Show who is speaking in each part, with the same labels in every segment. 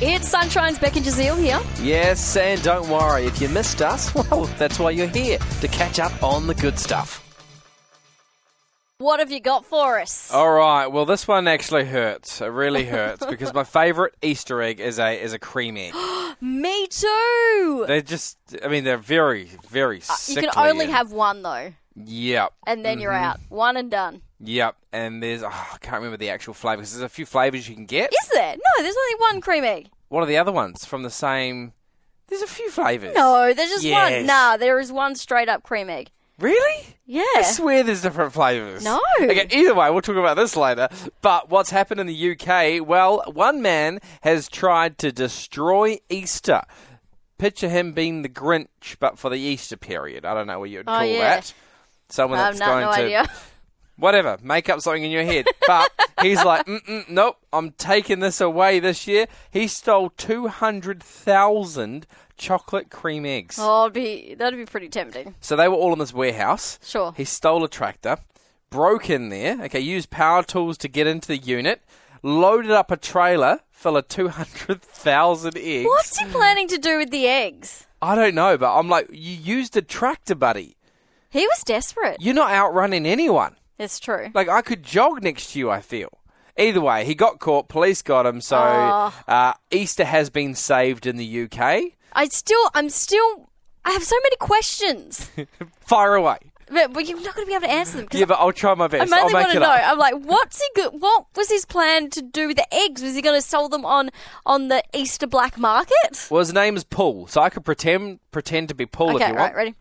Speaker 1: It's Sunshine's Becky Jazeel here.
Speaker 2: Yes, and don't worry, if you missed us, well, that's why you're here, to catch up on the good stuff.
Speaker 1: What have you got for us?
Speaker 2: All right. Well, this one actually hurts. It really hurts because my favourite Easter egg is a is a cream egg.
Speaker 1: Me too.
Speaker 2: They're just. I mean, they're very very
Speaker 1: you
Speaker 2: sickly.
Speaker 1: can only
Speaker 2: and-
Speaker 1: have one though,
Speaker 2: Yep.
Speaker 1: and then
Speaker 2: Mm-hmm.
Speaker 1: you're out. One and done.
Speaker 2: Yep. And there's. Oh, I can't remember the actual flavour because there's a few flavours you can get.
Speaker 1: Is there? No, there's only one cream egg.
Speaker 2: What are the other ones from the same? There's a few flavours.
Speaker 1: No, there's just one.
Speaker 2: Yes.
Speaker 1: Nah, there is one straight up cream egg.
Speaker 2: Really?
Speaker 1: Yeah.
Speaker 2: I swear there's different flavours.
Speaker 1: No.
Speaker 2: Okay, either way, we'll talk about this later. But what's happened in the UK? Well, one man has tried to destroy Easter. Picture him being the Grinch, but for the Easter period. I don't know what you'd
Speaker 1: Oh,
Speaker 2: call
Speaker 1: yeah.
Speaker 2: that. Someone
Speaker 1: I've
Speaker 2: that's
Speaker 1: no,
Speaker 2: going
Speaker 1: no
Speaker 2: to
Speaker 1: idea.
Speaker 2: whatever, make up something in your head. But he's like, Mm-mm, nope, I'm taking this away this year. He stole two hundred thousand chocolate cream eggs.
Speaker 1: Oh, it'd be that'd be pretty tempting.
Speaker 2: So they were all in this warehouse.
Speaker 1: Sure.
Speaker 2: He stole a tractor, broke in there, okay, used power tools to get into the unit, loaded up a trailer full of 200,000 eggs.
Speaker 1: What's he planning to do with the eggs?
Speaker 2: I don't know, but I'm like, you used a tractor, buddy.
Speaker 1: He was desperate.
Speaker 2: You're not outrunning anyone.
Speaker 1: It's true.
Speaker 2: Like, I could jog next to you, I feel. Either way, he got caught, police got him, so
Speaker 1: Oh.
Speaker 2: uh, Easter has been saved in the UK.
Speaker 1: I still, I'm still, I have so many questions,
Speaker 2: Fire away.
Speaker 1: but, but you're not going to be able to answer them because
Speaker 2: Yeah, but I'll try my
Speaker 1: I
Speaker 2: best.
Speaker 1: mainly
Speaker 2: I'll
Speaker 1: want
Speaker 2: make
Speaker 1: to
Speaker 2: it
Speaker 1: know. uh
Speaker 2: up.
Speaker 1: I'm like, what's he? Go- what was his plan to do with the eggs? Was he going to sell them on on the Easter black market?
Speaker 2: Well, his name is Paul, so I could pretend pretend to be Paul if
Speaker 1: okay,
Speaker 2: you
Speaker 1: right,
Speaker 2: want.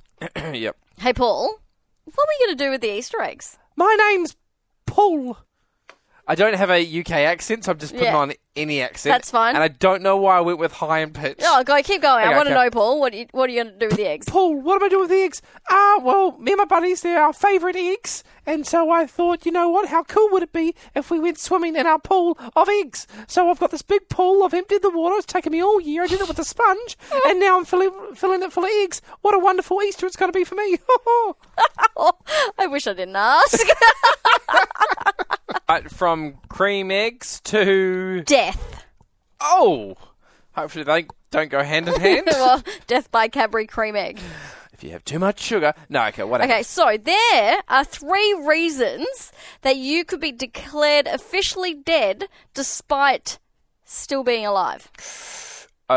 Speaker 1: ready.
Speaker 2: yep.
Speaker 1: Hey, Paul, what were you going to do with the Easter eggs?
Speaker 2: My name's Paul. I don't have a UK accent, so I'm just putting
Speaker 1: Yeah.
Speaker 2: on any accent.
Speaker 1: That's fine.
Speaker 2: And I don't know why I went with high and pitch.
Speaker 1: Oh, go keep going. I
Speaker 2: Okay,
Speaker 1: want to
Speaker 2: okay.
Speaker 1: know, Paul. What are you, what are you going to do with the eggs?
Speaker 2: Paul, what am I doing with the eggs? Ah, well, me and my buddies, they're our favourite eggs. And so I thought, you know what, how cool would it be if we went swimming in our pool of eggs? So I've got this big pool, I've emptied the water, it's taken me all year, I did it with a sponge, and now I'm filling, filling it full of eggs. What a wonderful Easter it's going to be for me.
Speaker 1: I wish I didn't ask.
Speaker 2: Right, from cream eggs to
Speaker 1: death.
Speaker 2: oh, hopefully they don't go hand in hand.
Speaker 1: Well, death by Cadbury cream egg.
Speaker 2: if you have too much sugar, no, okay, whatever.
Speaker 1: Okay, so there are three reasons that you could be declared officially dead despite still being alive.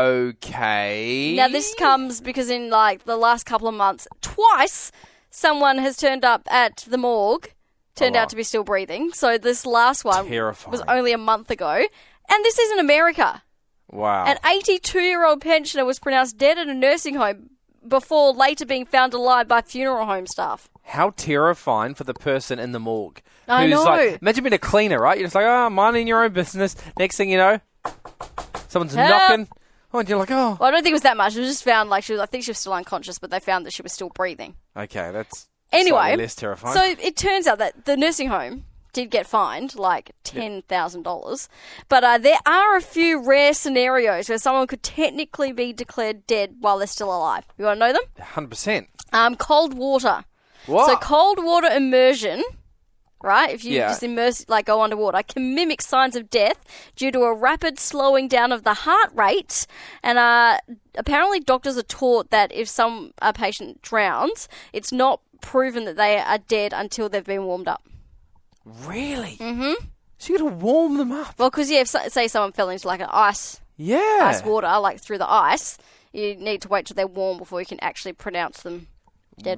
Speaker 2: Okay.
Speaker 1: Now, this comes because in like the last couple of months, twice someone has turned up at the morgue, turned
Speaker 2: wow.
Speaker 1: out to be still breathing. So, this last one
Speaker 2: Terrifying.
Speaker 1: was only a month ago. And this is in America.
Speaker 2: wow.
Speaker 1: An 82 year old pensioner was pronounced dead in a nursing home before later being found alive by funeral home staff.
Speaker 2: How terrifying for the person in the morgue.
Speaker 1: I
Speaker 2: who's
Speaker 1: know.
Speaker 2: Like, imagine being a cleaner, right? You're just like, oh, minding your own business. Next thing you know, someone's
Speaker 1: Help.
Speaker 2: knocking. Oh, and you're like, oh.
Speaker 1: Well, I don't think it was that much. It was just found like she was. I think she was still unconscious, but they found that she was still breathing.
Speaker 2: Okay, that's
Speaker 1: Anyway,
Speaker 2: slightly less terrifying.
Speaker 1: So it turns out that the nursing home did get fined like ten thousand dollars, but uh, there are a few rare scenarios where someone could technically be declared dead while they're still alive. You want to know them?
Speaker 2: 100%.
Speaker 1: Um, cold water.
Speaker 2: What?
Speaker 1: So cold water immersion, right? If you
Speaker 2: Yeah.
Speaker 1: just immerse, like go underwater, can mimic signs of death due to a rapid slowing down of the heart rate. And uh, apparently, doctors are taught that if some a patient drowns, it's not proven that they are dead until they've been warmed up.
Speaker 2: really? Mm-hmm. So you got to warm them up.
Speaker 1: Well, because yeah, if, so- say someone fell into like an ice
Speaker 2: Yeah.
Speaker 1: ice water, like through the ice, you need to wait till they're warm before you can actually pronounce them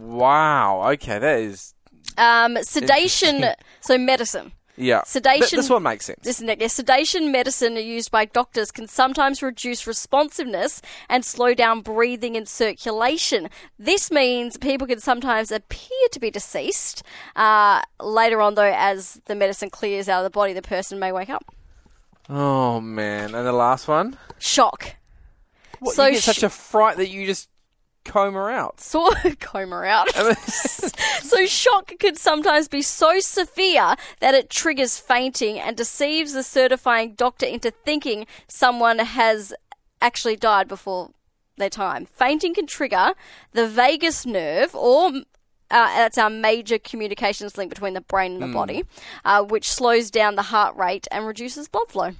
Speaker 2: Wow. Okay, that is.
Speaker 1: Um, sedation, so medicine.
Speaker 2: Yeah. Th-
Speaker 1: Sedation-
Speaker 2: this one makes sense.
Speaker 1: Listen, Nick, sedation medicine used by doctors can sometimes reduce responsiveness and slow down breathing and circulation. This means people can sometimes appear to be deceased. Uh, later on, though, as the medicine clears out of the body, the person may wake up.
Speaker 2: Oh man! And the last one.
Speaker 1: Shock.
Speaker 2: What,
Speaker 1: So
Speaker 2: you get
Speaker 1: sh-
Speaker 2: such a fright that you just comb her out.
Speaker 1: Sort of coma out. So shock could sometimes be so severe that it triggers fainting and deceives the certifying doctor into thinking someone has actually died before their time. Fainting can trigger the vagus nerve or uh, that's our major communications link between the brain and
Speaker 2: Hmm.
Speaker 1: the body, uh, which slows down the heart rate and reduces blood flow.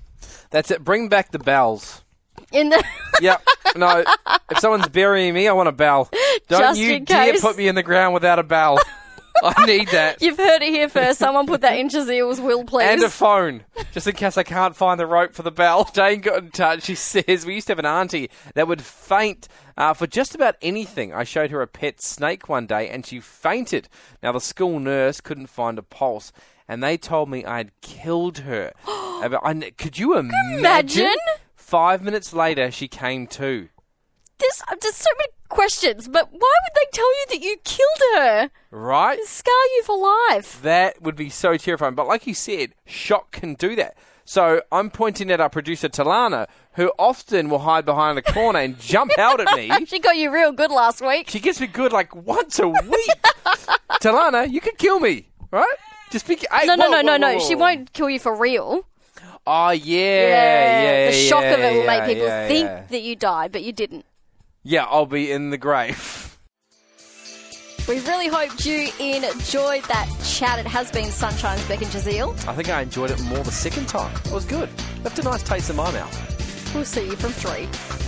Speaker 2: That's it. Bring back the bells.
Speaker 1: In the
Speaker 2: Yep. No. If someone's burying me, I want a bell. Don't
Speaker 1: Just
Speaker 2: you
Speaker 1: in
Speaker 2: dare
Speaker 1: case.
Speaker 2: put me in the ground without a bell. I need that.
Speaker 1: You've heard it here first. Someone put that in Chaziel's will, please.
Speaker 2: and a phone, just in case I can't find the rope for the bell. Jane got in touch. She says we used to have an auntie that would faint uh, for just about anything. I showed her a pet snake one day, and she fainted. Now the school nurse couldn't find a pulse, and they told me I'd killed her. About- I kn- could you imagine?
Speaker 1: Imagine?
Speaker 2: Five minutes later, she came to.
Speaker 1: There's, there's so many questions, but why would they tell you that you killed her?
Speaker 2: Right.
Speaker 1: Scar you for life.
Speaker 2: That would be so terrifying. But like you said, shock can do that. So I'm pointing at our producer Talana, who often will hide behind a corner and jump out at me.
Speaker 1: She got you real good last week.
Speaker 2: She gets me good like once a week. Talana, you could kill me, right? Just be. Hey,
Speaker 1: No, no,
Speaker 2: whoa,
Speaker 1: no,
Speaker 2: whoa,
Speaker 1: no,
Speaker 2: whoa,
Speaker 1: no.
Speaker 2: whoa,
Speaker 1: She
Speaker 2: whoa.
Speaker 1: won't kill you for real.
Speaker 2: Oh yeah, yeah.
Speaker 1: the shock
Speaker 2: yeah,
Speaker 1: of it will
Speaker 2: yeah,
Speaker 1: make people
Speaker 2: yeah,
Speaker 1: think
Speaker 2: Yeah.
Speaker 1: that you died, but you didn't.
Speaker 2: yeah, I'll be in the grave.
Speaker 1: We really hoped you enjoyed that chat. It has been Sunshine's Beck and Jazeel.
Speaker 2: I think I enjoyed it more the second time. It was good. Left a nice taste in my mouth.
Speaker 1: We'll see you from three.